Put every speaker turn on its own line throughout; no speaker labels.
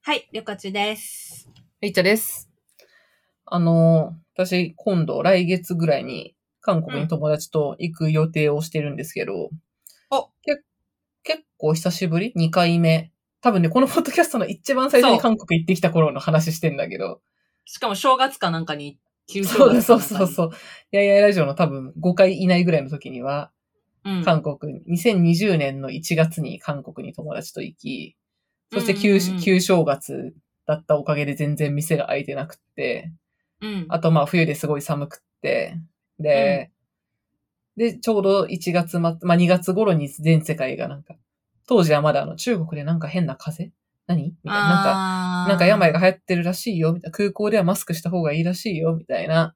はい、りょかちです。
いっちゃです。あの、私、今度、来月ぐらいに、韓国に友達と行く予定をしてるんですけど、
お
け結構久しぶり ?2 回目。多分ね、このポッドキャストの一番最初
そう
に韓国行ってきた頃の話してんだけど、
しかも正月かなんかに、旧正
そうだ、
月
そうそ
う。
うそう。いやいやラジオの多分5回以内ぐらいの時には、
うん。
韓国に、2020年の1月に韓国に友達と行き、そして
う
旧,、
んうんうん
旧正月だったおかげで全然店が開いてなくって、
うん。
あとまあ冬ですごい寒くって、で、で、ちょうど1月末、まあ2月頃に全世界がなんか、当時はまだあの中国でなんか変な風邪何みたいな、なんか、
あー
なんか病が流行ってるらしいよ、みたいな、空港ではマスクした方がいいらしいよ、みたいな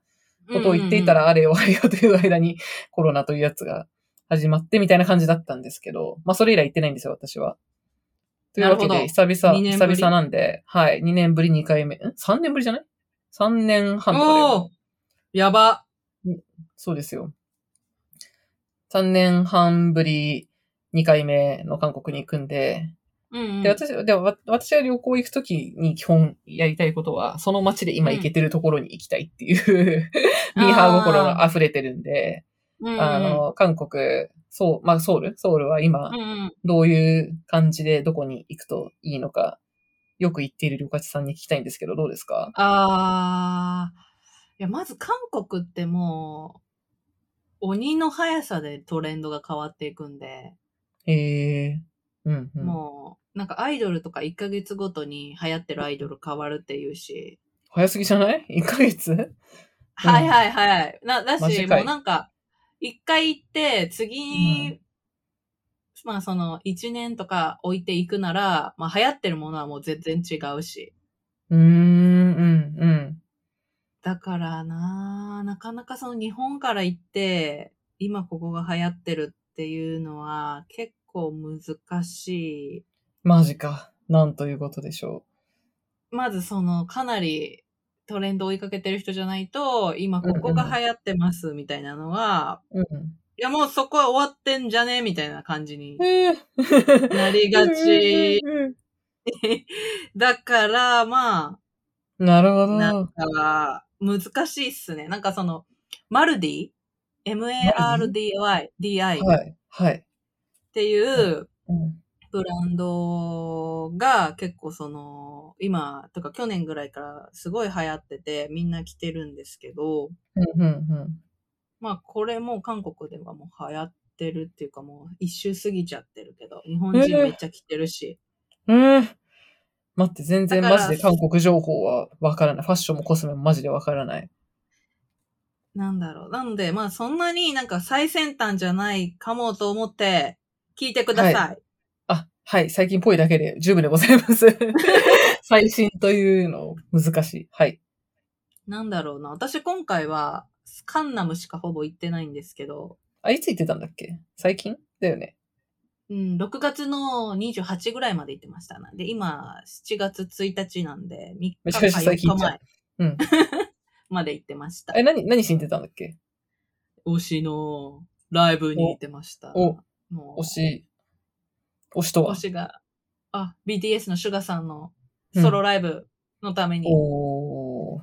ことを言っていたら、、あれよあれよという間にコロナというやつが始まってみたいな感じだったんですけど、まあそれ以来行ってないんですよ、私は。というわけ
なる
で、久々、
二年
久
ぶり
々なんで、はい、2年ぶり2回目、ん ?3 年ぶりじゃない ?3 年
う
半
ん
と
うんう
かだよね
んおーやば。
そうですよ。3年半ぶり2回目の韓国に行くんで、
うんうん。
で、私、でわ私は旅行行くときに基本やりたいことは、その街で今行けてるところに行きたいっていう、
うん
ミーハー心が溢れてるんで、
うんうん、
あの、韓国、そう、まあソウルソウルは今
うん、うん。
どういう感じでどこに行くといいのか、よく行っている旅客さんに聞きたいんですけど、どうですか
あー。いや、まず韓国ってもう、鬼の速さでトレンドが変わっていくんで、
へえー、うん、うん。
もう、なんかアイドルとか1ヶ月ごとに流行ってるアイドル変わるっていうし、
早すぎじゃない ?1 ヶ月
はいはいはい。な、だ
マ
し、
ジかい
もうなんか、一回行って、次、
う
まあその、一年とか置いていくなら、まあ流行ってるものはもう全然違うし。
うーん、うん、うん。
だからなあ、なかなかその日本から行って、今ここが流行ってるっていうのは、結構難し
マジか。なんということでしょ
い。まずその、かなり、トレンドを追いかけてる人じゃないと、今ここが流行ってますみたいなのは、
う。う
いやもうそこは終わってんじゃねみたいな感じに
ん。えー、
なりがち。
うん
だから、ま
なるほ
あ、なん
ど。
か、難しいっすね。なんかその、マルディ ?M-A-R-D-I、D-I っ
はい。はい。
ていう
うん
ブランドが結構その、今、とか去年ぐらいからすごい流行ってて、みんな着てるんですけど、
うん、うん、
まあこれも韓国ではもう流行ってるっていうかもう一周過ぎちゃってるけど、日本人めっちゃ着てるし。
うん。えー、待って、全然
だか
マ
ら
ジで韓国情報はわからない。ファッションもコスメもマジでわからない。
なんだろう。なので、まあそんなになんか最先端じゃないかもと思って聞いてください。
あ、はい。最近っぽいだけで十分でござい ます。最新というの難しい。はい。
なんだろうな。私今回はカンナムしかほぼ行ってないんですけど、
あ、いつ行ってたんだっけ最近だよね。
うん、6月の28ぐらいまで行ってましたな。で、今7月1日なんで、3日
めち
か
ゃめちゃ
4
最近
日
じゃん
前
うん。
まで行ってました
え、。何、何しに行ってたんだっけ
推しのライブに行ってました。
お
もう
推し、推しと
推
は
しが、あ、BTS のシュガさんのソロライブのために、
おー。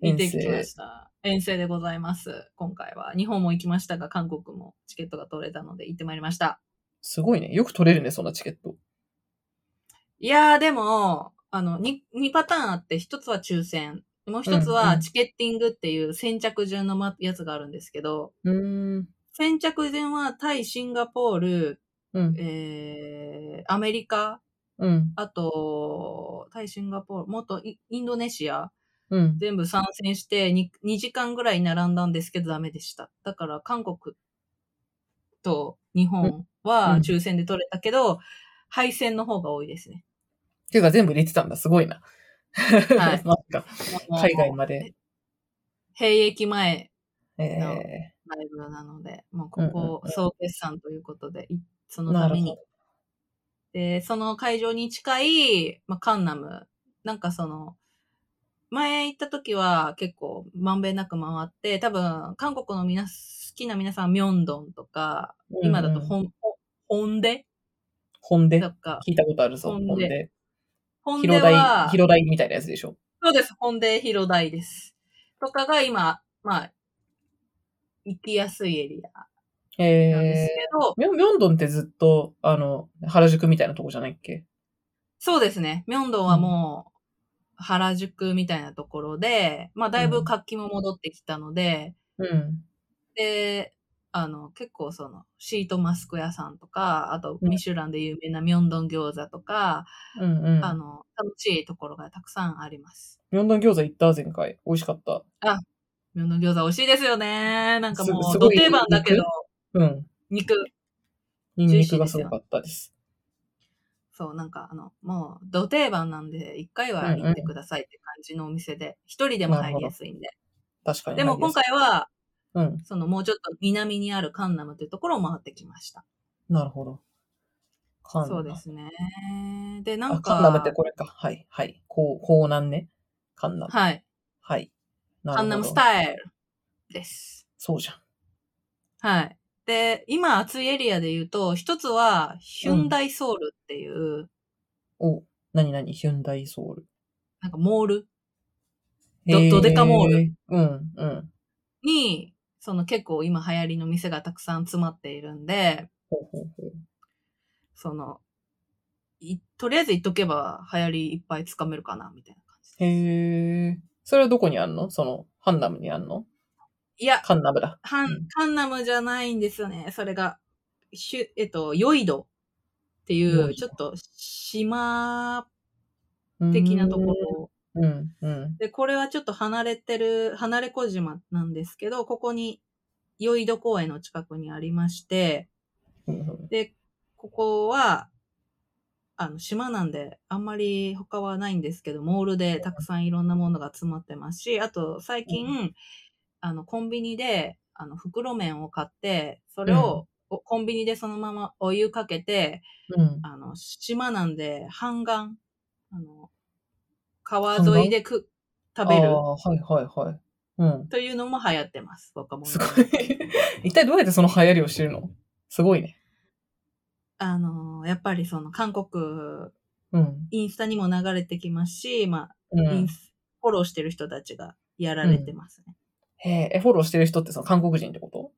見てきました。遠征でございます。今回は。日本も行きましたが、韓国もチケットが取れたので行ってまいりました。
すごいね。よく取れるね、そんなチケット。
いやー、でも、あの、2, 2パターンあって、1つは抽選。もう1つ
うんう
は
ん
チケッティングっていう先着順のまやつがあるんですけど、
うーん。
先着順はタイ、シンガポール、
うん。
えー、アメリカ、
うん。
あと、タイ、シンガポール、もっとイインドネシア、
うん。
全部参戦して 2, 2時間ぐらい並んだんですけどダメでした。だから韓国と日本
うん
は
うん
抽選で取れたけど、敗戦の方が多いですね。
ていうか全部入れてたんだ。すごいな。はい なんか、
もう
海外まで。
兵役前
えー
なライブなので、もう
うんうん
ここ
うん
総決算ということで、いそのた
なる
め
ほ
に
ど。
で、その会場に近い、まあ、カンナム。なんかその、前行った時は結構まんべんなく回って、多分韓国のみな好きな皆さん、ミョンドンとか、今だと
うんうん、
ホン、ホンデ
本で
とか、
聞いたことあるぞ、
本で
本で。
本
広
で
大、
は、
広大みたいなやつでしょ。
そうです。本で広大です。とかが今、まあ、行きやすいエリアなんです
え
けど、
ー、ミョンミョンドンってずっと、あの、原宿みたいなとこじゃないっけ
そうですね。ミョンドンはもう、原宿みたいなところで、まあ、だいぶ活気も戻ってきたので、
うん。
で、あの、結構その、シートマスク屋さんとか、あと、ミシュランで有名なミョンドン餃子とか、
うんう
あ
ん。
の、楽しいところがたくさんあります。
ミョンドン餃子行った前回。美味しかった。
ミョンドン餃子美味しいですよね。なんかも
すす
う、
ご
ど
い
定番だけど、
うん。
肉。
ニンニクがすごかったです。
そう、なんかあの、もう、ど定番なんで、一回は行ってくださいって感じのお店で、一人でも入りやすいんで。
確かに。
でも今。回は、
うん。
そのもうちょっと南にあるカンナムというところを回ってきました。
なるほど。カンナム
そうで。すね。で、な
あ、
ん
カ
か、
ンナムってこれか。はい。はい。こう、こうなんね。カンナム。
はい。
はい。なる
カ
ほど
ンナムスタイルです。
そうじゃん。
はい。で、今暑いエリアで言うと、一つは、ヒュンダイソウルっていう、
おなになにヒュンダイソウル。
なんかモール
え
ドドデカモール。
うん、うん。
に、その結構今流行りの店がたくさん詰まっているんで、
ほうほうほう。
その、いとりあえず行っとけば流行りいっぱいつかめるかな、みたいな感じです。
へえ。それはどこにあんのその、ハンナムにあんの
いや、
カンナムだ。
ハ
うん
ン、カンナムじゃないんですよね。それが、しゅ、えっと、ヨイドってい
ヨイド
う、ちょっと島的なところ。
ろ。うん、うん。
で、これはちょっと離れてる、離れ小島なんですけど、ここに、ヨイド公園の近くにありまして、
うんうん
で、ここは、あの、島なんで、あんまり他はないんですけど、モールでたくさんいろんなものが詰まってますし、あと、最近、
う
あの、コンビニで、あの、袋麺を買って、それを、おコンビニでそのままお湯かけて、
うん。
あの、島なんで、半岸、あの、川沿いでく、食べる
ああー、はいはいはい。うん。
というのも流行ってます、若者に
すごい。 一体どうやってその流行りをしてるのすごいね。
あの、やっぱりその、韓国、
うん。
インスタにも流れてきますし、まあ、
う
イン
ん、
スフォローしてる人たちがやられてますね。
へえ、えフォローしてる人ってその韓国人ってこと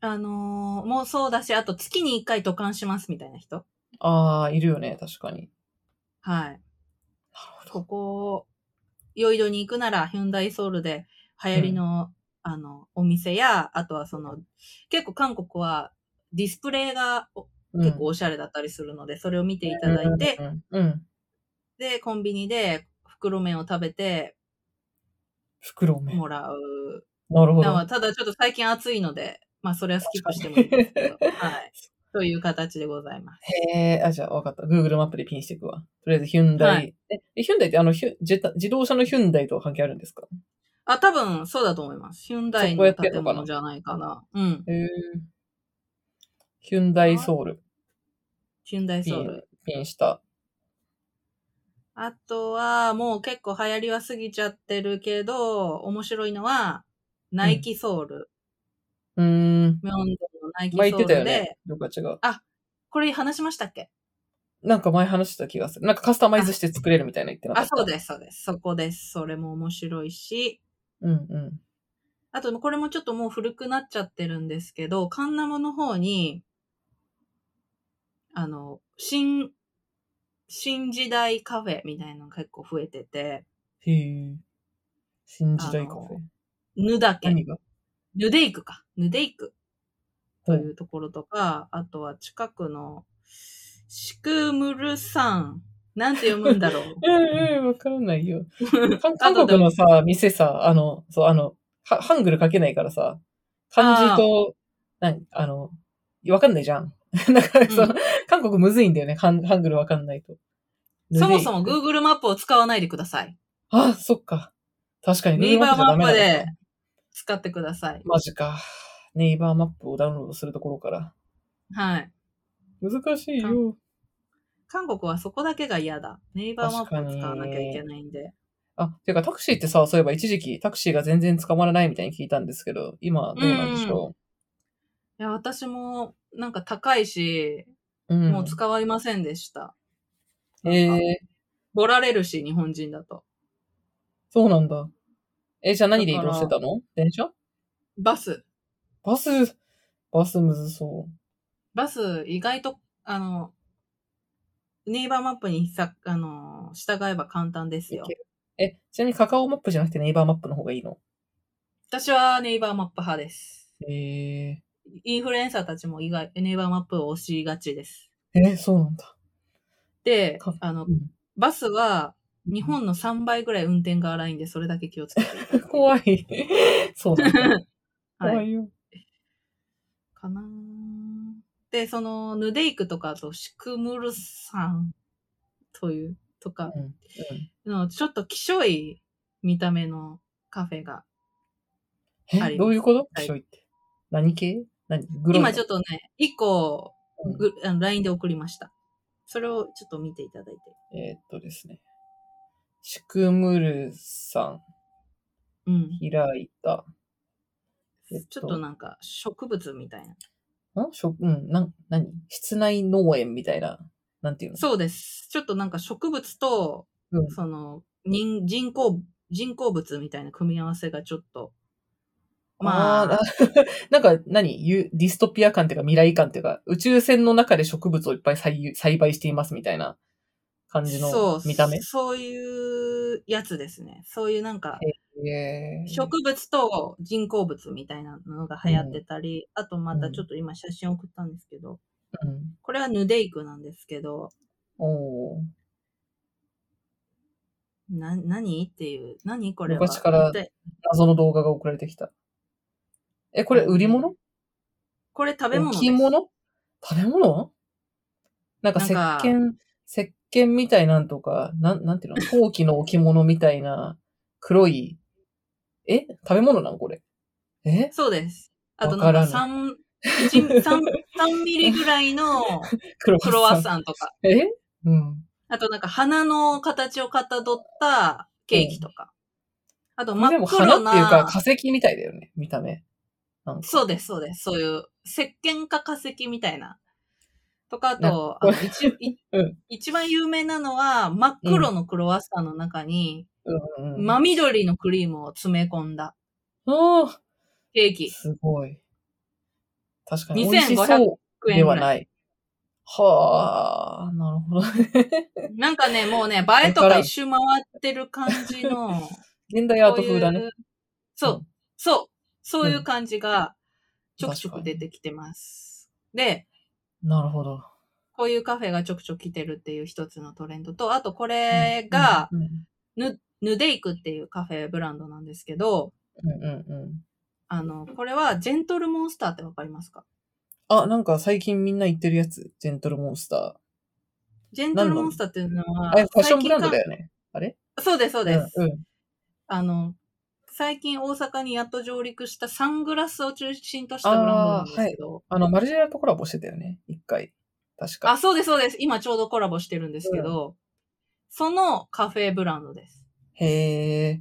あのーもうそうだし、あと月に一回渡韓しますみたいな人。
ああ、いるよね、確かに。
はい。
なる
こ
ほど。
こ、ヨイドに行くなら、ヒュンダイソウルで流行りの、あの、お店や、あとはその、結構韓国はディスプレイがお結構おしゃれだったりするので、それを見ていただいて、
うん、うんうん。
で、コンビニで袋麺を食べて
袋麺。
もらう。
なるほ
だから
ど。
ただちょっと最近暑いので、まあそれはスキップしてもいいです けど、はい。という形でございます。
へえ、あ、じゃあ分かった。Google マップでピンしていくわ。とりあえずヒュンダイ。
はい
ええ、ヒュンダイってあのヒュ自た自動車のヒュンダイとは関係あるんですか
あ、多分そうだと思います。ヒュンダイ
そこや
の
ってんの
建
かな
物じゃないかな。うん。
へえ。ヒュンダイソウル。
ヒュンダイ
ピ
ソウ
ン
ル。、
ピンした。
あとは、もう結構流行りは過ぎちゃってるけど、面白いのは、ナイキソウル。
うー
ミョン
ん。
ドンのナイキソ
前
ウ
言っ
ル
てた
で、
よね。どっか違う。
これ話しましたっけ
なんか前話してた気がする。なんかカスタマイズして作れるみたいな言ってなか
あ、
った。
そうです、そうです。そこです。それも面白いし、
うんうん。
あと、これもちょっともう古くなっちゃってるんですけど、カンナムの方に、あの、新、新時代カフェみたいなのが結構増えてて、
へえ。新時代カフェ
あ。ヌだけ、
何が
ヌデイクか、ヌデイクとい
ほ
うところとか、あとは近くの、シクムルさん、なんて読むんだ ろう。
うんうん、わからない よ。韓韓
後で
国のさ、店さ、あの、そう、あの、はハングル書けないからさ、漢字と、なんあの、わかんないじゃん。 だからさ、
うん
韓国むずいんだよね、ハンハングルわかんないと。
そもそも
グー
Google マップを使わないでください。
あ、そっか。確かに
ネイバーマップ
だ
で使ってください。
マジか。ネイバーマップをダウンロードするところから。
はい。
難しいよ。
韓国はそこだけが嫌だ。ネイバーマップを使わなきゃいけないんで。
あ、てかタクシーってさ、そういえば一時期タクシーが全然捕まらないみたいに聞いたんですけど、今どうなんでしょ
いや、私も、なんか高いし、
う。うん。
もう使われませんでした。
え
なんか
え
ボられるし、日本人だと。
そうなんだ。え、じゃあ何で移
だか
動
ら
してたの電車
バス。
バス、バスむずそ
バス、意外と、あの、ネイバーマップにさ、あの、従えば簡単です
う。い
よ
け。るえ、ちなみにカカオマップじゃなくてネイバーマップの方がいいの
私はネイバーマップ派です。
ええ
インフルエンサーたちも意外、ネイバーマップを推しがちです。
え、そうな んだ。
で
か、
あの
うん、
バスは日本の3倍ぐらい運転が荒いんで、それだけ気をつけて。
怖い。 そうなんだ。
は
怖
い。
いよ。
かなーで、その、ヌデイクとか、あと、シクムルさんという、とか、
うんうん
のちょっと希少い見た目のカフェが。あ
え、
ります
どういうこと
はい
気象って。何系何グロいの
今ちょっとね、1個
うん
ぐ、あの LINE で送りました。それをちょっと見ていただいて。
えーっとですね。シクムルさ
うん。
ん、開いた。えっと
ちょっとなんか、植物みたいな。
んしょうん、なん、何室内農園みたいな。なんていうの
そうです。ちょっとなんか植物と、
うん
その人、人工、人工物みたいな組み合わせがちょっと、まあ、
あー、 なんか何、ゆディストピア感っていうか未来感っていうか、宇宙船の中で植物をいっぱい栽栽培していますみたいな感じの見た目。
そういうやつですね。そういうなんか、
えー
植物と人工物みたいなのが流行ってたり、あとまたちょっと今写真送ったんですけど、
うん、
これはヌデイクなんですけど、
おー
な、何っていう、何これは。
昔から
一体
謎の動画が送られてきた。え、これ売り物
これ食べ物です。
置物食べ物なんか石
なんか
鹸、石鹸みたいなんとか、なん、なん ていうの陶器の置物みたいな黒い、え食べ物なのこれ。え
そうです。あとな
わ
ん
から
か
ない
3、1 3 3ミリぐらい の
クロ
クロワッ
ン。
サンとか、
えうん。
あとなんか花の形をかたどったケーキとか、あと
で
真
も
っ黒
花っていう
な、
か化石みたいだよね、見た目。なんか
そうです、そうです、そういう石鹸か化石みたいな。とか、あと、あ
な
の一い
うん
一番有名なのは、真っ黒のクロワッサンの中に、
うんうん、
真緑のクリームを詰め込んだ
おー
ケーキ。
すごい。確かに美味しそ
100
う
円
で
ぐ
は
らい。
ない。はあ、なるほど ね。
なんかね、もうね、映えとか一周回ってる感じの、
現代アート風だ
こうい
ね
う。そうう、そう、そういう感じがちょくちょく出てきてます。で、
なるほど。
こういうカフェがちょくちょく来てるっていう一つのトレンドと、あとこれが、
うん、
ヌヌデイクっていうカフェブランドなんですけど、
うんうんうん。
あの、これはジェントルモンスターってわかりますか
あ、なんか最近みんな言ってるやつ。ジェントルモンスタ
ジェントルモンスターっていうの
ー。
は
あ、れ、ファッションブランドだ
よ。
よね。あれ
そうです、そうです。
うんうん。
あの、最近大阪にやっと上陸したサングラスを中心としたブランドなんですけど、
あの、マルジェラとコラボしてたよね。一回。確
あ
か。
そうです、そうです。今ちょうどコラボしてるんですけど、そのカフェブランドです。
へ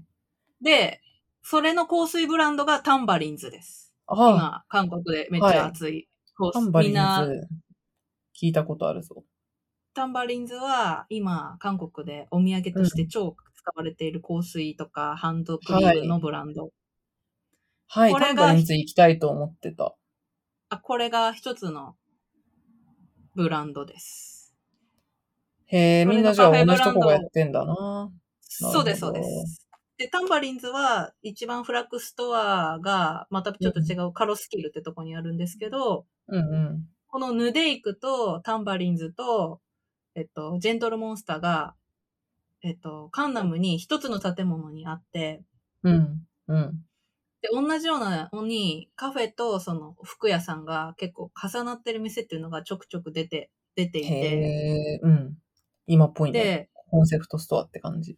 ー。
で、それの香水ブランドがタンバリンズです。
あ、
今、韓国でめっちゃ熱い香
タ
水。
ンバリ
み
ン
んな、
ズ。聞いたことあるぞ。
タンバリンズは今、韓国でお土産として超使われている香水とか、ハンドクリームのブランド。
はい、
これ
タ
が
ンバリンズ行きたいと思ってた。
あ、これが一つのブランドです。
へえ、
これが
みんなじゃあ
カフェブ
同
ラ
じ
ンド
とこがやってんだな。なるほど
そうです、そうです。で、タンバリンズは一番フラッグストアがまたちょっと違うカロスキルってとこにあるんですけど、
うんうん。
このヌデイクとタンバリンズと、えっと、ジェントルモンスターが、えっと、カンナムに一つの建物にあって、
うん。うん。
で、同じようなのにカフェとその服屋さんが結構重なってる店っていうのがちょくちょく出て、出ていて、
へえ、うん。今っぽいね。
で、
コンセプトストアって感じ。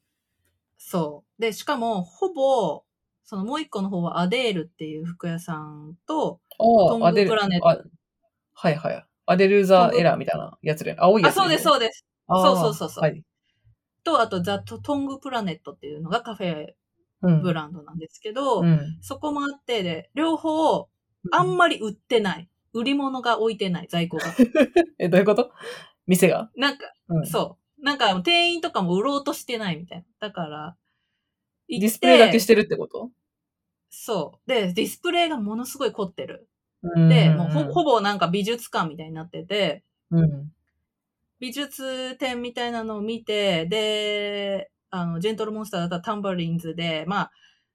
そう。で、しかも、ほぼ、そのもう一個の方はアデールっていう服屋さんと、
あ
ン
あ、
グ
アデル、
プラネット
あはいはい。アデル
ト
ザ
ング
エラーみたいなやつで、青いや
あ、
つだ
そ
よ
う
ね。
です、そうです。
あー
そうそうそうそう
はい。
と、あと、ザ・トトングプラネットっていうのがカフェ
うん。
ブランドなんですけど、
うん。
そこもあって、で、両方、あんまり売ってない。 売り物が置いてない、在庫が。
え、どういうこと店が
なんか、
うん。
そなんか店員とかも売ろうとしてないみたいな。だから、デ
ディスプレイだけしてるってこと
そう。で、ディスプレイがものすごい凝ってる。
う
で、
ん
もうほほぼなんか美術館みたいになってて、
うん。
美術展みたいなのを見て、で、あの、ジェントルモンスターだったらタンバリンズで、まあ、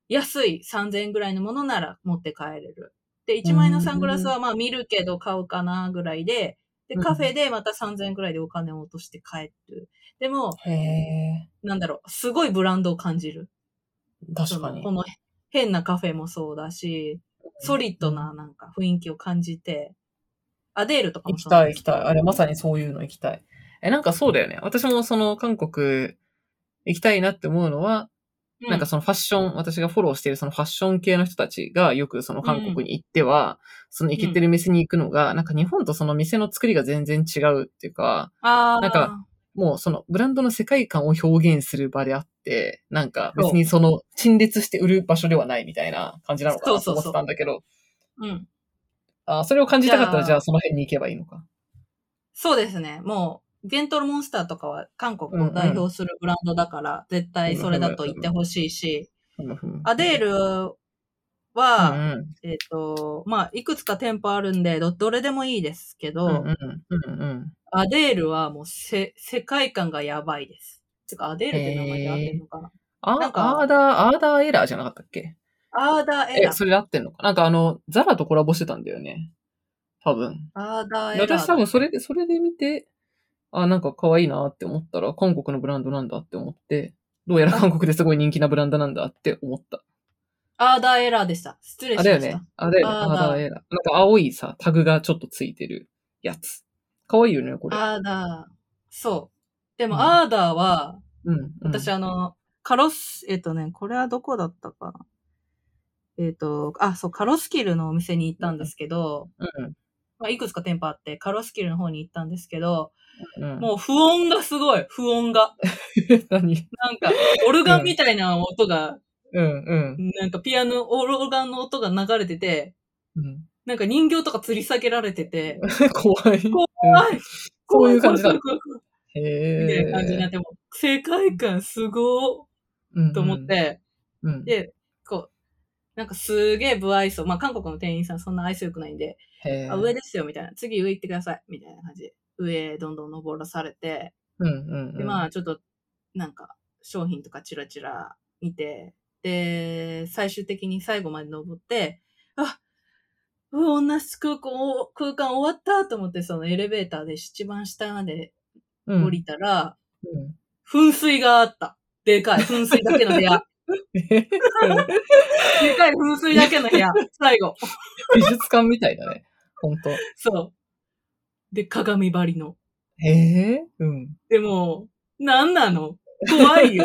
安い3000円ぐらいのものなら持って帰れる。で、1万円のサングラスはまあ見るけど買うかなぐらいで、で、
うん
カフェでまた3000円ぐらいでお金を落として帰る。でも、
へえ、
なんだろう、すごいブランドを感じる。
確か
その
に
こ。の変なカフェもそうだし、ソリッドななんか雰囲気を感じて、アデールとか
行
も
き
そうな
た
ん
い
で
行
す
き
けど
たい。あれまさにそういうの行きたい。え、なんかそうだよね。私もその韓国行きたいなって思うのは、
うん
なんかそのファッション、私がフォローしているそのファッション系の人たちがよくその韓国に行っては、その行けてる店に行くのが、なんか日本とその店の作りが全然違うっていうか、
あー
なんか、もうそのブランドの世界観を表現する場であって、なんか別にその陳列して売る場所ではないみたいな感じなのかなと
そう
思
そうそう
ってたんだけど、
うん。
あーそれを感じたかったら
じゃあ
じゃあその辺に行けばいいのか。
そうですね。もう、ジェントルモンスターとかは韓国を代表するブランドだから、絶対それだと言ってほしいし、アデー
ル
ルは、えっ、と、まあ、いくつか店舗あるんで、ど、どれでもいいですけど、
うんうんうんうん
アデールはもうせ、世界観がやばいです。てか、アデールって名前で合ってるのかな、
あ
なんか
アーダー、アーダーエラーじゃなかったっけ
アーダーエ
え、
ラ。
それで合ってんのかなんかあの、ザラとコラボしてたんだよね。多分。
アーダーエ
で
ラ。
私多分それで、それで見て、あ、なんか可愛いなって思ったら、韓国のブランドなんだって思って、どうやら韓国ですごい人気なブランドなんだって思った。
アーダーエラーでした。失礼しま
あ
し
だ
た。
よね。あだよね。
ア
ア
ー
ー
ダー
ダーエラー。なんか青いさ、タグがちょっとついてるやつ。可愛いよね、これ。
アーダー。そう。でも、
うん
アーダーは、
うん、うん。
私、あの、カロス、えっ、とね、これはどこだったかな。えっ、と、あ、そう、カロスキルのお店に行ったんですけど、
うん
まあ、いくつか店舗あって、カロスキルの方に行ったんですけど、
うん。
もう不音がすごい、不音が。
う、 何
なん か、オルガンみたいな音が、
うん、
なんかピアノ、オルガンの音が流れてて、
うん。
なんか人形とか吊り下げられてて、
うん。怖い。
怖
うん
い
そういう感じだ
怖い怖い怖い怖い
へ
みたい
え。
な感じになって、もう世界観すご
うんうん
ーと思っ。て、
うん、
で、こう、なんかすげえ不愛想。まあ、韓国の店員さんそんな愛想良くないんで、
へー
あ、上ですよ、みたいな。次上行ってください、みたいな感じで。上どんどん登らされて、
うんうん、う
で、
ん。
まあ、ちょっと、なんか、商品とかチラチラ見て、で、最終的に最後まで登って、あ、うわ、同じ空間を、空間終わったと思って、そのエレベーターで一番下まで
うん、
降りたら、
うん。
噴水があった。でかい。噴水だけの部屋。 でかい噴水だけの部屋。最後。
美術館みたいだね。ほんと。
そう。で、鏡張りの。
へえ。うん。
でも、なんなの怖いよ。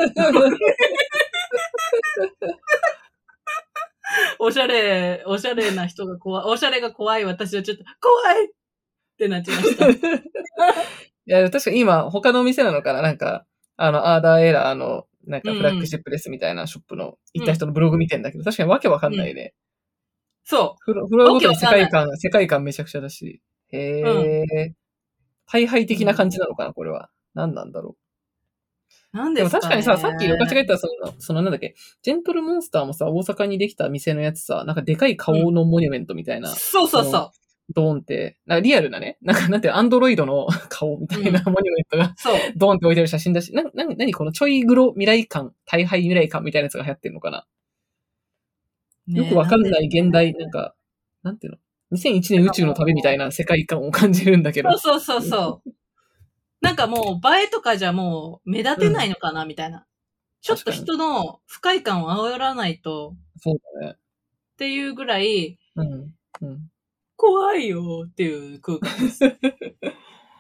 おしゃれ、おしゃれな人が怖い。おしゃれが怖い私はちょっと、怖いってなっちゃいました。
いや、確かに今、他のお店なのかななんか、あの、アーダーエラーの、なんかフラッグシップですみたいなショップの、行った人のブログ見てんだけど、確かにわけわかんないね。
そ
フロフロアごとに
わけ
世
わかんない
界観、世界観めちゃくちゃだし。へえ。大敗的な感じなのかなこれは。何なんだろ
う。
う。
なん
で
で
も
すか、ね、
確かにさ、さっき、私が言ったその、そのなんだっけ、ジェントルモンスターもさ、大阪にできた店のやつさ、なんかでかい顔のモニュメントみたいな、
そうそうそう。
ドーンって、なんかリアルなね、なんかなんていうのアンドロイドの 顔みたいなモニュメントが、
そう。
ドーンって置いてある写真だし、な、な、なにこのちょいグロ未来感、大敗未来感みたいなやつが流行ってんのかな、
ね
よくわかんない
で
現代、なんか、なんていうの ?2001 年宇宙の旅みたいな世界観を感じるんだけど
そう。そうそうそう。なんかもう、映えとかじゃもう、目立てないのかな、みたいな。ちょっと人の不快感を煽らないと、
そうだね。
っていうぐらい、
うん。うん。
怖いよっていう空間 です。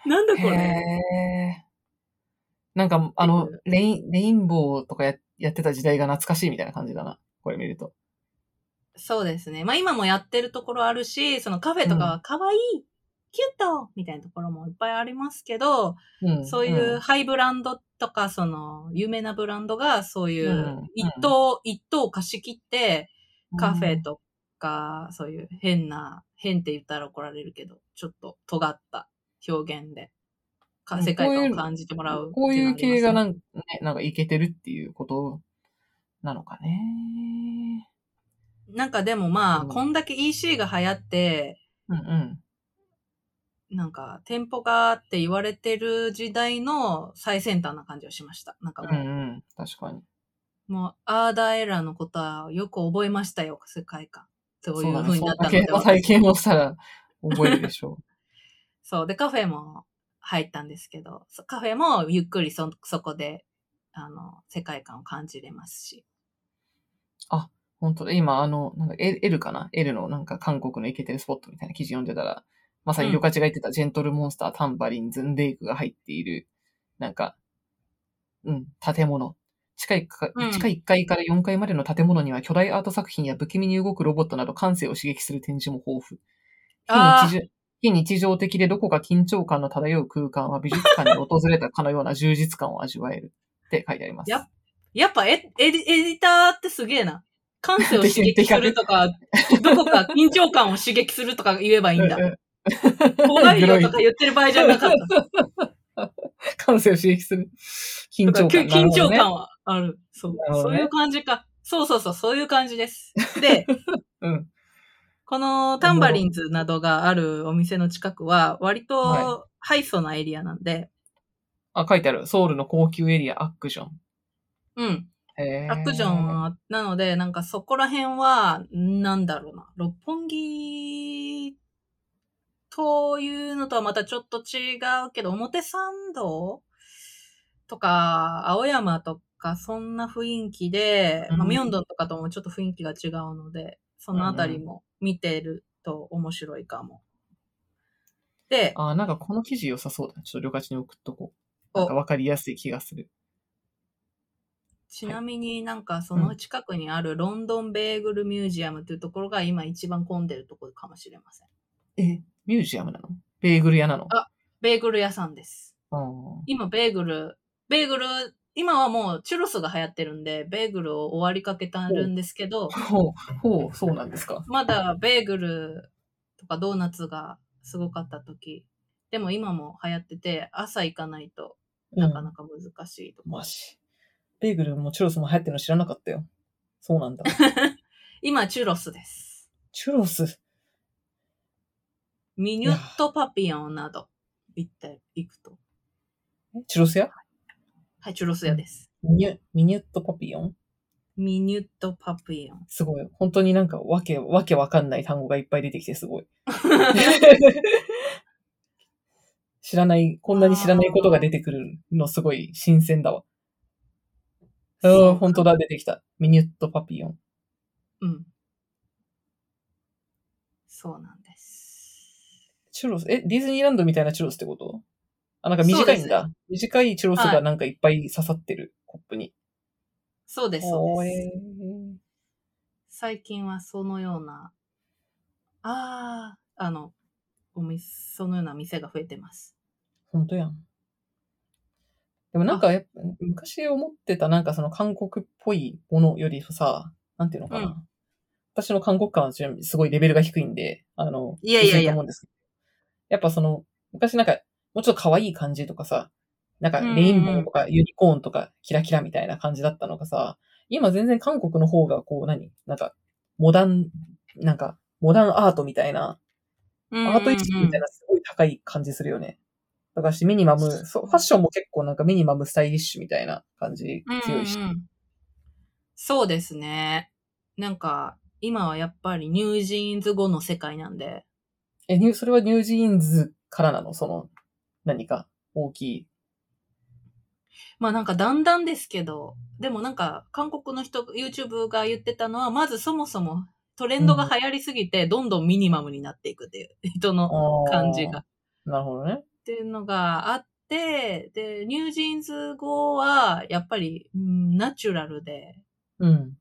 なんだ これ。
へーなんか、あの、レイン、レインボーとかややってた時代が懐かしいみたいな感じだな。これ見ると。
そうですね。まあ今もやってるところあるし、そのカフェとかは可愛い、キュッとみたいなところもいっぱいありますけど、
うん
そういう、ハイブランドとか、その有名なブランドがそうい
うん
う一等、一等貸し切って、カフェとか、そういう変な、変って言ったら怒られるけど、ちょっと尖った表現でか世界観を感じてもらう
こういう系が
な
なん,、ね、なんかいけてるっていうことなのかね。
なんかでもまあ、
うん
こんだけ EC が流行って、
うんうん。
なんか店舗がって言われてる時代の最先端な感じをしました。なんかも
う
う、
んうん。確かに。
もうアーダーエラーのことはよく覚えましたよ、世界観。そうい
そううだ
風に
ね。そ
なっ
ん
た
だ
ので
けの体験をしたら覚えるでしょ
そう。で、カフェも入ったんですけど、そカフェもゆっくりそ、そこで、あの、世界観を感じれますし。
う。本当だ。今、あの、なんだ、L, L かな ?L のなんか韓国のイケてるスポットみたいな記事読んでたら、まさにヨカチが言ってたジェントルモンスター、タンバリン、ズンレイクが入っている、なんか、うん、建物。地下 1, か
うん
地下1階から4階までの建物には巨大アート作品や不気味に動くロボットなど感性を刺激する展示も豊富。
あ
非日常非日常的でどこか緊張感の漂う空間は美術館に訪れたかのような充実感を味わえるって書いてあります。
やっやっぱエエディエディターってすげえな。感性を刺激するとか、 どこか緊張感を刺激するとか言えばいいんだ
う。んうん
怖いよと
グ
か言ってる場合じゃなかった。
感性を刺激する。緊張感。
緊張
なるほどね
感はある。そう、
なるほ
そ
ど
う
ね
いう感じか。そうそうそう、そういう感じ です。で、
うん。
このタンバリンズなどがあるお店の近くは、割
は
とハイソなエリアなんで、
あ、書いてある。ソウルの高級エリア、アックジョン。
うん。
へー
アクジョンは、なので、なんかそこら辺は、なんだろうな、六本木というのとはまたちょっと違うけど、表参道とか、青山とか、そんな雰囲気で、
うん
まあ、ミョンドンとかともちょっと雰囲気が違うので、そのあたりも見てると面白いかも。で、
あ、なんかこの記事良さそうだ。ちょっと旅客地に送っとこう。
お
なんかわかりやすい気がする。
ちなみになんかその近くにあるロンドンベーグルミュージアムというところが今一番混んでるところかもしれません。
え、ミュージアムなのベーグル屋なの
あベーグル屋さんです。
うん
今、ベーグル、ベーグル、今はもうチュロスが流行ってるんで、ベーグルを終わりかけたるんですけど、
ほう、ほう、そうなんですか。
まだベーグルとかドーナツがすごかった時、でも今も流行ってて、朝行かないとなかなか難しいと、
マジ。ベーグルもチュロスも流行ってるの知らなかったよ。そ うなんだ。
今、チュロスです。
チュロス。
ミニュットパピオンなど、行って、行くと。
チュロス屋
はい、チュロス屋です。
ミニュ、ミニュットパピオン
ミニュットパピオン。
すごい。本当になんかわけ、わけわかんない単語がいっぱい出てきて すごい。知らない、こんなに知らないことが出てくるのすごい新鮮だわ。
そう
ああ、本当だ、出てきた。ミニュットパピオン。
うん。そうなんです。
チュロス、え、ディズニーランドみたいなチュロスってことあ、なんか短いん
そ
だ。短いチュロス
は
が
い
なんかいっぱい刺さってる、コップに。
そうです、そ
お
う
ー
です。
え
最近はそのような、ああ、あの、お店、そのような店が増えてます。
本当やん。でもなんかやっぱ、昔思ってたなんかその韓国っぽいものよりさ、なんていうのかな。
うん
私の韓国感はちなみにすごいレベルが低いんで、あの、
いやいやいや
低と思うんですけど。やっぱその、昔なんか、もうちょっと可愛い感じとかさ、なんかレインボーとかユニコーンとかキラキラみたいな感じだったのがさ、今全然韓国の方がこう何なんか、モダン、なんか、モダンアートみたいな、アート意識みた
な。
いなすごい高い感じするよね。だからし、ミニマム、そう、ファッションも結構なんかミニマムスタイリッシュみたいな感じ強いし。
うんうんうんそうですね。なんか、今はやっぱりニュージーンズ後の世界なんで、
え、ニュー、それはニュージーンズからなのその、何か大きい。
まあなんかだんだんですけど、でもなんか韓国の人、YouTube が言ってたのは、まずそもそもトレンドが流行りすぎて、どんどんミニマムになっていくっていう人の感じが。
あー。なるほどね。
っていうのがあって、で、ニュージーンズ語は、やっぱり、うんナチュラルで、
うん。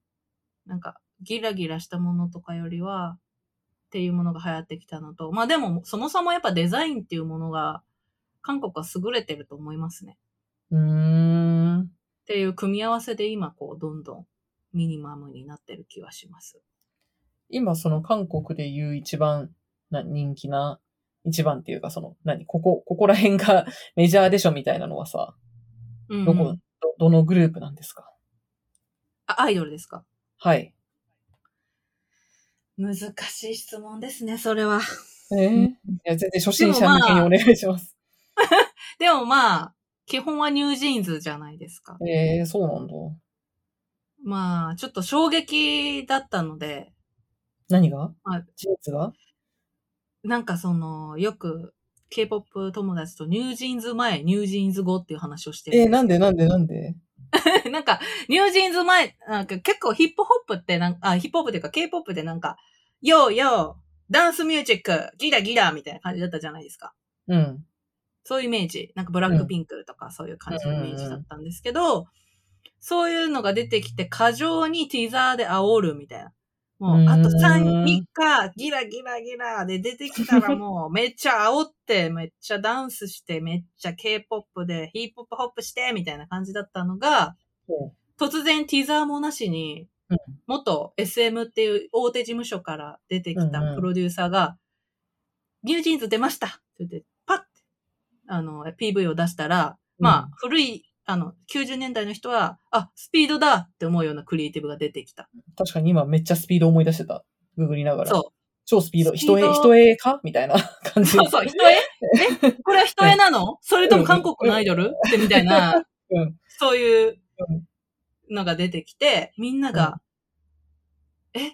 なんか、ギラギラしたものとかよりは、っていうものが流行ってきたのと、まあでも、そもそもやっぱデザインっていうものが、韓国は優れてると思いますね。
うーん。
っていう組み合わせで今、こう、どんどんミニマムになってる気はします。
今その韓国で言う一番な人気な一番っていうか、その、何ここ、ここら辺が メジャーでしょみたいなのはさ、
うんうん
どこ、ど、どのグループなんですか
あ、アイドルですか
はい。
難しい質問ですね、それ は。
えー、いや、全然初心者向けにお願いします。
でもまあ、基本はニュージーンズじゃないですか。
えー、そうなんだ。
まあ、ちょっと衝撃だったので、
何が
あ
事実が
なんかその、よく K-POP 友達とニュージーンズ前、ニュージーンズ後っていう話をしてる
えー、なんん
で
でなんでなん
す
で
けど なんか、ニュージーンズ前、なんか結構ヒップホップってなんあ、ヒップホップっていうか K-POP でなんか、ヨーヨー、ダンスミュージック、ギラギラみたいな感じだったじゃないですか。
うん。
そういうイメージ。なんかブラックピンクとかそういう感じのイメージだったんですけど、そういうのが出てきて過剰にティザーで煽るみたいな。も
う
う、
ん
あと3、3日、ギラギラギラで出てきたらもう、めっちゃ煽って、めっちゃダンスして、めっちゃ K-POP で、ヒップホップして、みたいな感じだったのが、
ほ
突然ティザーもなしに
うん、
元 SM っていう大手事務所から出てき
うんう
た
ん
プロデューサーが、ニュージーンズ出ましたって言って、パッて、あの、PV を出したら、まあ、古い、あの、90年代の人は、あ、スピードだって思うようなクリエイティブが出てきた。
確かに今めっちゃスピード思い出してた。ググりながら。
そ
超スピード。
スピード
人へ、人へかみたいな 感
う。
じ。
そうそう、人絵えこれは人絵なのそれとも韓国のアイドルってみたいな、
うん
そういう
うん
のが出てきて、みんなが、え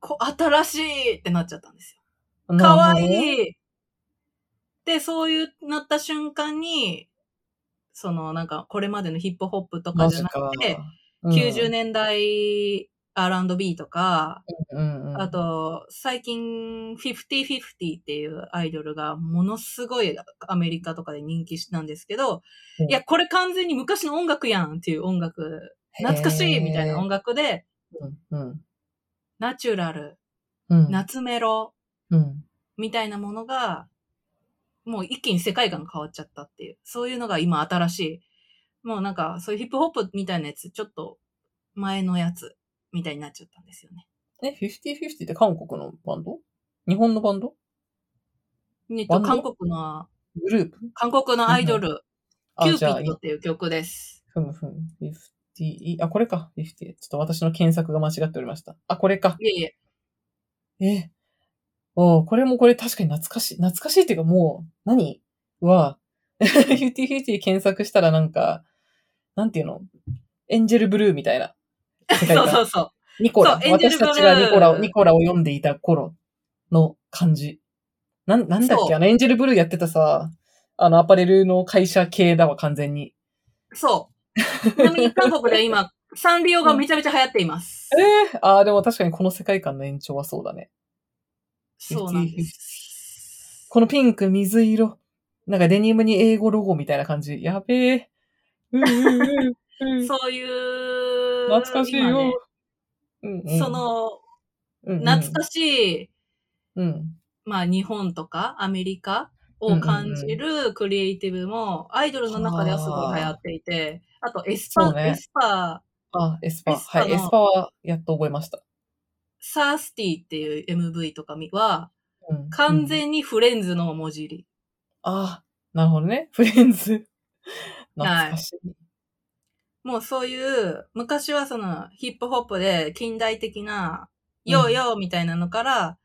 こ新しいってなっちゃったんですよ。かわい
い。
い。で、そういうなった瞬間に、そのなんかこれまでのヒップホップとか
マ
じゃ
ジ
なく
か。
て、
うん
90。年代 R&B とか、
うんうん、
あ、と最近5050っていうアイドルがものすごいアメリカとかで人気なんですけど、
うん
いや、これ完全に昔の音楽やんっていう音楽、懐かしいみたいな音
楽。
楽で、
うんうん
ナチュラル、
うん、
夏メロ、
うん。
みたいなものが、もう一気に世界観が変わっちゃったっていう。そういうのが今新しい。もうなんか、そういうヒップホップみたいなやつ、ちょっと前のやつみたいになっちゃったんですよね。
え、50-50って韓国のバンド日本のバンド
えっ
バ
と、
ン
韓
ド
国の、
グループ
韓国のアイドル、キ
あ、
ューピ
じゃあ、
ッドっていう曲です。
ふむふむ。50、あ、これか。50。ちょっと私の検索が間違っておりました。あ、これか。
いえいえ、
え、おうこれもこれ確かに懐かしい。懐かしいっていうかもう、何は、 フューティーフューティー検索したらなんか、なんていうのエンジェルブルーみたいな。世界
そ
観
うそうそう。
ニコラ
そう。エンジェル
私
ブルー
たちがニコラを、ニコラを読んでいた頃の感じ。なん、なんだっ
そ
け
う
あの、エンジェルブルーやってたさ、あの、アパレルの会社系だわ、完全に。
そう。ちなみに韓国では今、サンリオがめちゃめちゃ流行っています。
えー、ああ、でも確かにこの世界観の延長はそうだね。
そうなんです。
このピンク、水色。なんかデニムに英語ロゴみたいな感じ。やべえ。うんうんうんう ん。
そういう、
懐かしい
今
よ
ね。
うんうん
そ、の、
うんうん
懐かしい、
うん。
まあ日本とかアメリカを感じるクリエイティブもアイドルの中ではすごい流行っていて、あとエスパ
そ
ー、
うね
エスパー、
あ、エスパ
エスパ
ー。はい、
の
エスパーはやっと覚えました。
サースティっていう MV とかは
うん、
完
うん
全にフレンズの文字入り。
あーなるほどね。フレ ンズ。
はい
懐かしい。
もうそういう、昔はそのヒップホップで近代的な、
うん
ヨーヨーみたいなのから、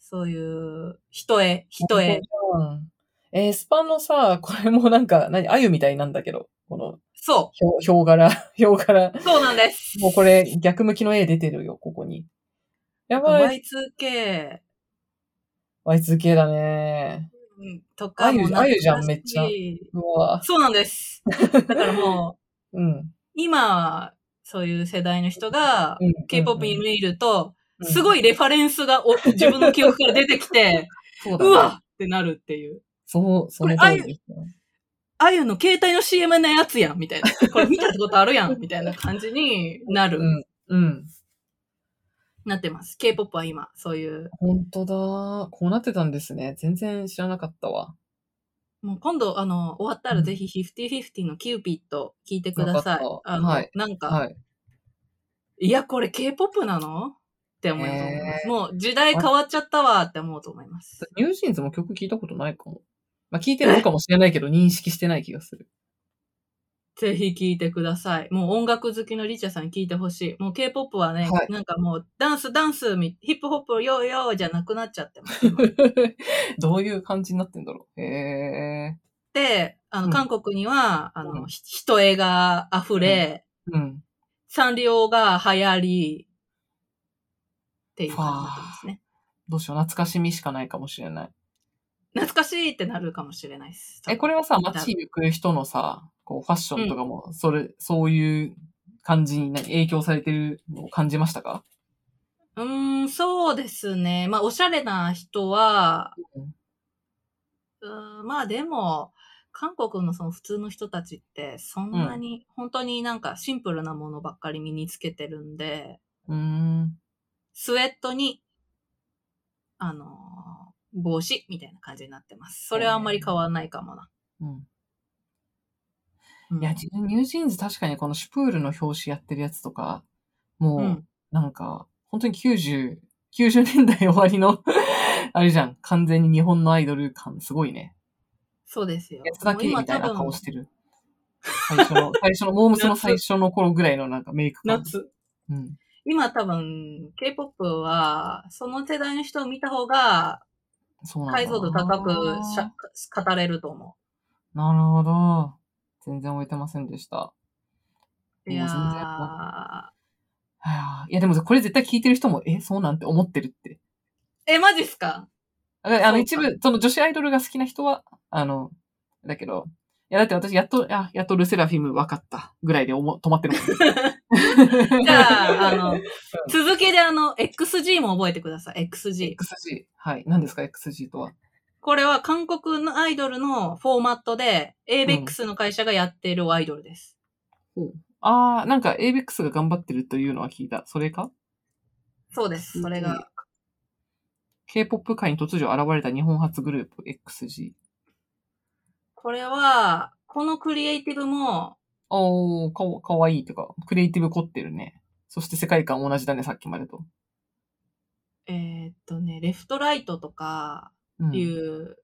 そういう、人へ、人へ。
うん。エスパーのさ、これもなんか、何、あゆみたいなんだけど、この、
そ
ひょう、ひょう柄、 ひょう柄
う、。そうなん です。
もうこれ、逆向きの絵出てるよ、ここに。やばい。
Y2K
Y2K だね。
とかも懐かしい。
あゆあゆじゃんめっちゃうわ。
そうなん です。だからもう、
うん。
今、そういう世代の人が
うん
K-POP に見ると、
うん
すごいレファレンスがお自分の記憶から出てきて、
そうだ
う
ね
わってなるっていう。
そう、そ
これ
の通りですね。
あゆの携帯の CM のやつやん、みたい な。これ見たことあるやん、みたいな感じになる、
うん。うん。
なってます。K-POP は今、そういう。
本当だ。こうなってたんですね。全然知らなかったわ。
もう今度、あの、終わったらぜひ50-50のキューピット聞いてください
わかっ。た
あの、
はい
なんか、
はい。
いや、これ K-POP なのって思うと思いま
へ
す。もう時代変わっちゃったわって思うと思います。
ニュージーンズも曲聞いたことないかも。まあ聞いてるのかもしれないけど、認識してない気がする。
ぜひ聴いてください。もう音楽好きのリチャさん聴いてほしい。もう K-POP はね、
はい
なんかもうダンスダンスみ、ヒップホップヨーヨーじゃなくなっちゃってます。今
どういう感じになってんだろう。へえ。
で、あ
うん
の、韓国には、あ
うん
の、ひ人絵が溢れ、
うん。
サンリオが流行り、っていう感じになってますね。
どうしよう、懐かしみしかないかもしれない。
懐かしいってなるかもしれないです。
え、これはさ、
多分
街行く人のさ、こう、ファッションとかも、それ、そういう感じに何影響されてるのを感じましたか
うーん、そうですね。まあ、おしゃれな人は、
うん
うーんまあでも、韓国のその普通の人たちって、そんなに、本当になんかシンプルなものばっかり身につけてるんで、
うーん。
スウェットに、あのー帽子みたいな感じになってます。それはあんまり変わらないかもな。
うん。
うん
いや、じニュージーンズ確かにこのシュプールの表紙やってるやつとか、もう、
うん
なんか、本当に90、90年代終わりの、 あれじゃん、完全に日本のアイドル感すごいね。
そうですよ。
安田圭
もう
みたいな
多
顔
分
してる。最 初の、最初の、モームスの最初の頃ぐらいのなんかメイク感。
夏。
うん。
今多分、K-POP は、その世代の人を見た方が、
そうなんだ
解像度高くし
な
ゃ語れると思
るほど。全然置いてませんでした。
う。いや
もう全然
ー。
はあいや、でもこれ絶対聞いてる人も、え、そうなんて思ってるって。
え、マジっすか
ああの、
そう
一部、その女子アイドルが好きな人は、あの、だけど、いや、だって私、やっと、あ、やっとルセラフィム分かったぐらいでおも止まってるも ん。
じゃあ、あの、
ん
続きであの、XG も覚えてください。XG。
XG。はい。何ですか、XG とは。
これは韓国のアイドルのフォーマットで、ABEX の会社がやってるアイドルです。
あー、なんか ABEX が頑張ってるというのは聞いた。それか
そうです。それ
うん
が。
?K-POP 界に突如現れた日本初グループ、XG。
これは、このクリエイティブも、
おー、かわかわいいとか、クリエイティブ凝ってるね。そして世界観同じだね、さっきまでと。
えーっとね、レフトライトとか、
うん
いう、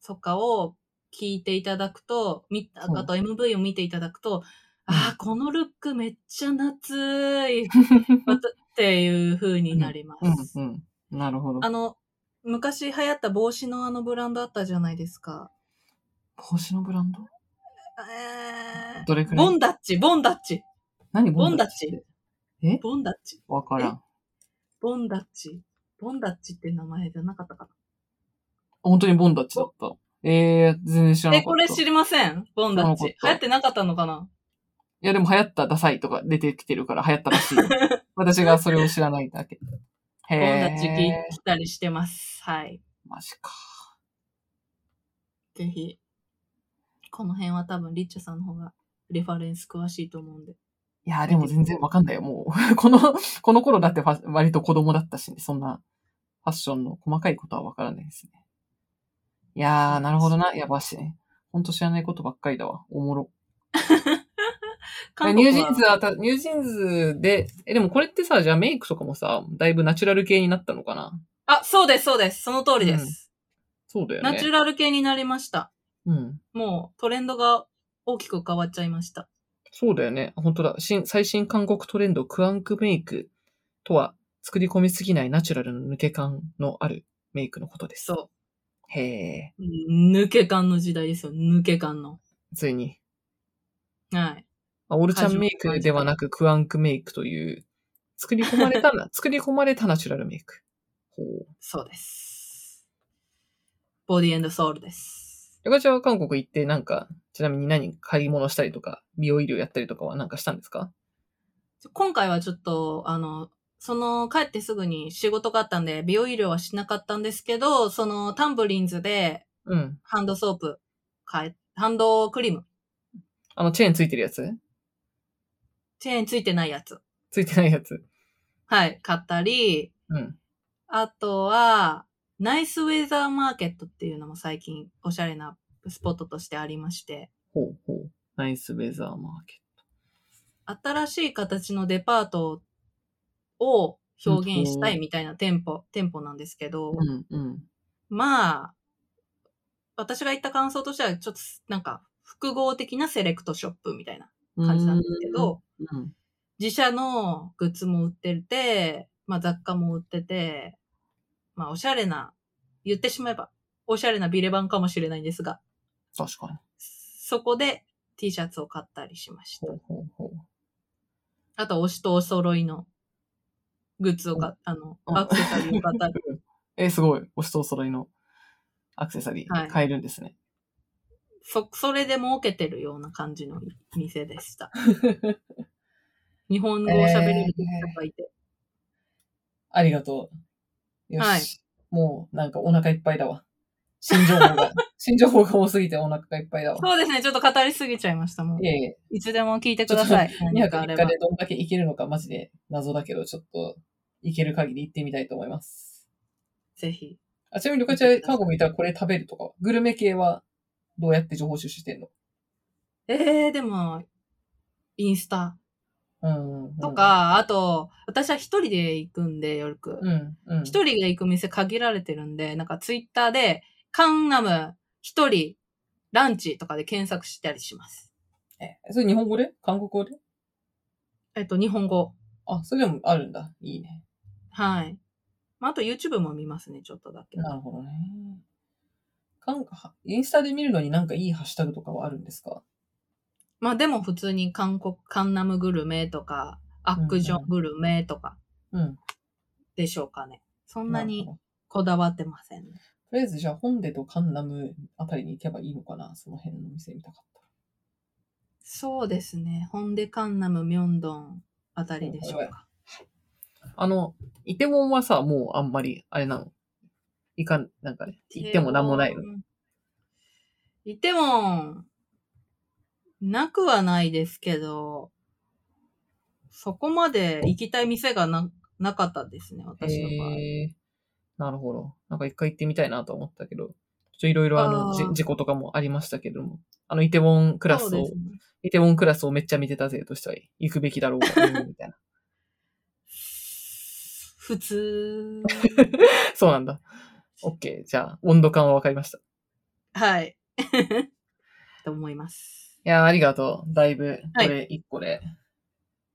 そっかを聞いていただくと、見た、
うん
あと MV を見ていただくと、ああ、このルックめっちゃ夏 いわたっていう風になりま
うん
す。
うん。なるほど
あ。の、昔流行った帽子のあのブランドあったじゃないですか。
帽子のブランド
えー
どれくら
ボ
い
ンダッチ、ボンダッチ、
何
ボ
ボ
ン
ン
ダ
ダ
ッ
ッ
チ
チ。
ボンダッチ、
わからん。
ボンダッチ、ボンダッチって名前じゃなかったか
本当にボンダッチだった。えー、全然知ら
な。
な
え、
かった。
これ知りませんボンダッ
知
チ
らな。かった
流行ってなかったのかない
や、でも流行ったダサいとか出てきてるから流行ったらしい。私がそれを知らないだけ。へ
ボン
ー。
ダッチ聞いたりしてます。はい。
マジか。
ぜひ、この辺は多分リッチャさんの方がレファレンス詳しいと思うんで。
いやー、でも全然わかんないよ。もう、 この、この頃だってファ割と子供だったし、ね、そんなファッションの細かいことはわからないですね。いやー、なるほどな。やばしね。ほんと知らないことばっかりだわ。おもろ。ニュージーンズはた、ニュージーンズで、え、でもこれってさ、じゃあメイクとかもさ、だいぶナチュラル系になったのかな
あ、そうです、そうです。その通りです。
そうだよね。
ナチュラル系になりました。
うん。
もうトレンドが大きく変わっちゃいました。
そうだよね。本当だ。新、最新韓国トレンド、クアンクメイクとは、作り込みすぎないナチュラルの抜け感のあるメイクのことです。
そ
へえ。
う。抜け感の時代ですよ。抜け感の。
ついに。
はい。
まあオルチャンメイクではなく、クアンクメイクという、作り込まれた な、作り込まれたナチュラルメイク。ほう。
そうです。ボディソウルです。
ヨガちゃんは韓国行って、なんか、ちなみに何買い物したりとか、美容医療やったりとかはなんかしたんですか
今回はちょっと、あの、その、帰ってすぐに仕事があったんで、美容医療はしなかったんですけど、その、タンブリンズで、
うん。
ハンドソープ、買え、ハンドクリーム。
あの、チェーンついてるやつ
チェーンついてないやつ。
ついてないやつ。
はい、買ったり、
うん。
あとは、ナイスウェザーマーケットっていうのも最近おしゃれなスポットとしてありまして、
ほうほう。ナイスウェザーマーケ
新しい形のデパートを表現したいみたいな店舗、店舗なんですけど、
うん、うん。
まあ、私が言った感想としては、ちょっとなんか複合的なセレクトショップみたいな感じなんですけど、
うん、
自社のグッズも売ってて、まあ雑貨も売ってて、まあおしゃれな、言ってしまえば、おしゃれなビレ版かもしれないんですが、
確かに。
そこで T シャツを買ったりしました
ほ。うほうほう。
あと、推しとお揃いのグッズを買っあの、
うん
アクセサリーを買ったり。
え、すごい。おしとお揃いのアクセサリ
は
ー
い
買えるんです ね。
そ、 それで儲けてるような感じの店でした。日本語を喋れる人がいて。
ありがとう。よし。
はい
もうなんかお腹いっぱいだわ。新 情報が、新情報が多すぎてお腹がいっぱいだわ。
そうですね、ちょっと語りすぎちゃいました。もう
い、やいや、
いつでも聞いてください。
2
何
泊
かあ
3
れ
日
ば
で。どんだけいけるのかマジで謎だけど、ちょっといける限り行ってみたいと思います。
ぜひ。
あちなみに、ルカちゃん、韓国にいたらこれ食べるとかは、グルメ系はどうやって情報収集してんの
えー、でも、インスタ
うんうんうん。
と、か、あと、私は一人で行くんで、よく。
うん、うん。
一人で行く店限られてるんで、なんかツイッターで、カンナム一人ランチとかで検索したりします。
えそれ日本語で韓国語で
えっと、日本語。
あ、それでもあるんだ。いいね。
はい。まあ、あと YouTube も見ますね、ちょっとだけ。
なるほどね。韓国、インスタで見るのになんかいいハッシュタグとかはあるんですか
まあ、でも普通に韓国、カンナムグルメとか、アクショングルメとか
うん。
でしょうかね。そんな
る
に
ほど
こだわってませんね。
とりあえず、じゃあ、ホンデとカンナムあたりに行けばいいのかなその辺の店見たかっ
そうですね。ホンデカンナム、ミョンドンあたりでしょうか。
たら。あの、イテウォンはさ、もうあんまり、あれなの。いかん、なんかね、行ってもなんもないの。
の。いても、なくはないですけど、そこまで行きたい店がな、なかったですね、私の場合。
へーなるほど。なんか一回行ってみたいなと思ったけど、ちょいろいろあの
あー
じ事故とかもありましたけども、あの、イテウォンクラス
そう
を
です、ね
イテウォンクラスをめっちゃ見てたぜとしては、行くべきだろうか、うんみたいな。
普 通。
そうなんだ。OK。じゃあ、温度感は分かりました。い
はい。 と思います。
やーありがとう。だいぶ、こ
はい
れ一個で、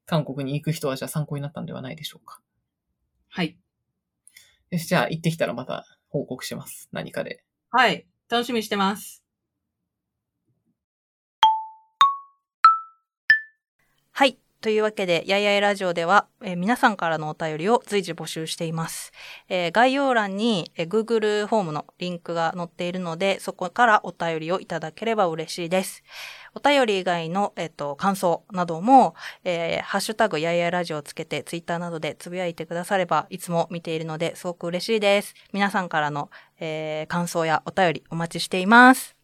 韓国に行く人はじゃあ参考になったんではないでしょうか。
はい。
よし、じゃあ行ってきたらまた報告します。何かで。
はい。楽しみにしてます。
はい。というわけで、やいやいラジオでは、えー皆さんからのお便りを随時募集しています。えー概要欄に、えー Google フォームのリンクが載っているので、そこからお便りをいただければ嬉しいです。お便り以外の、えっと感想なども、えーハッシュタグやいやいラジオをつけて、Twitter などでつぶやいてくだされば、いつも見ているので、すごく嬉しいです。皆さんからの、えー感想やお便りお待ちしています。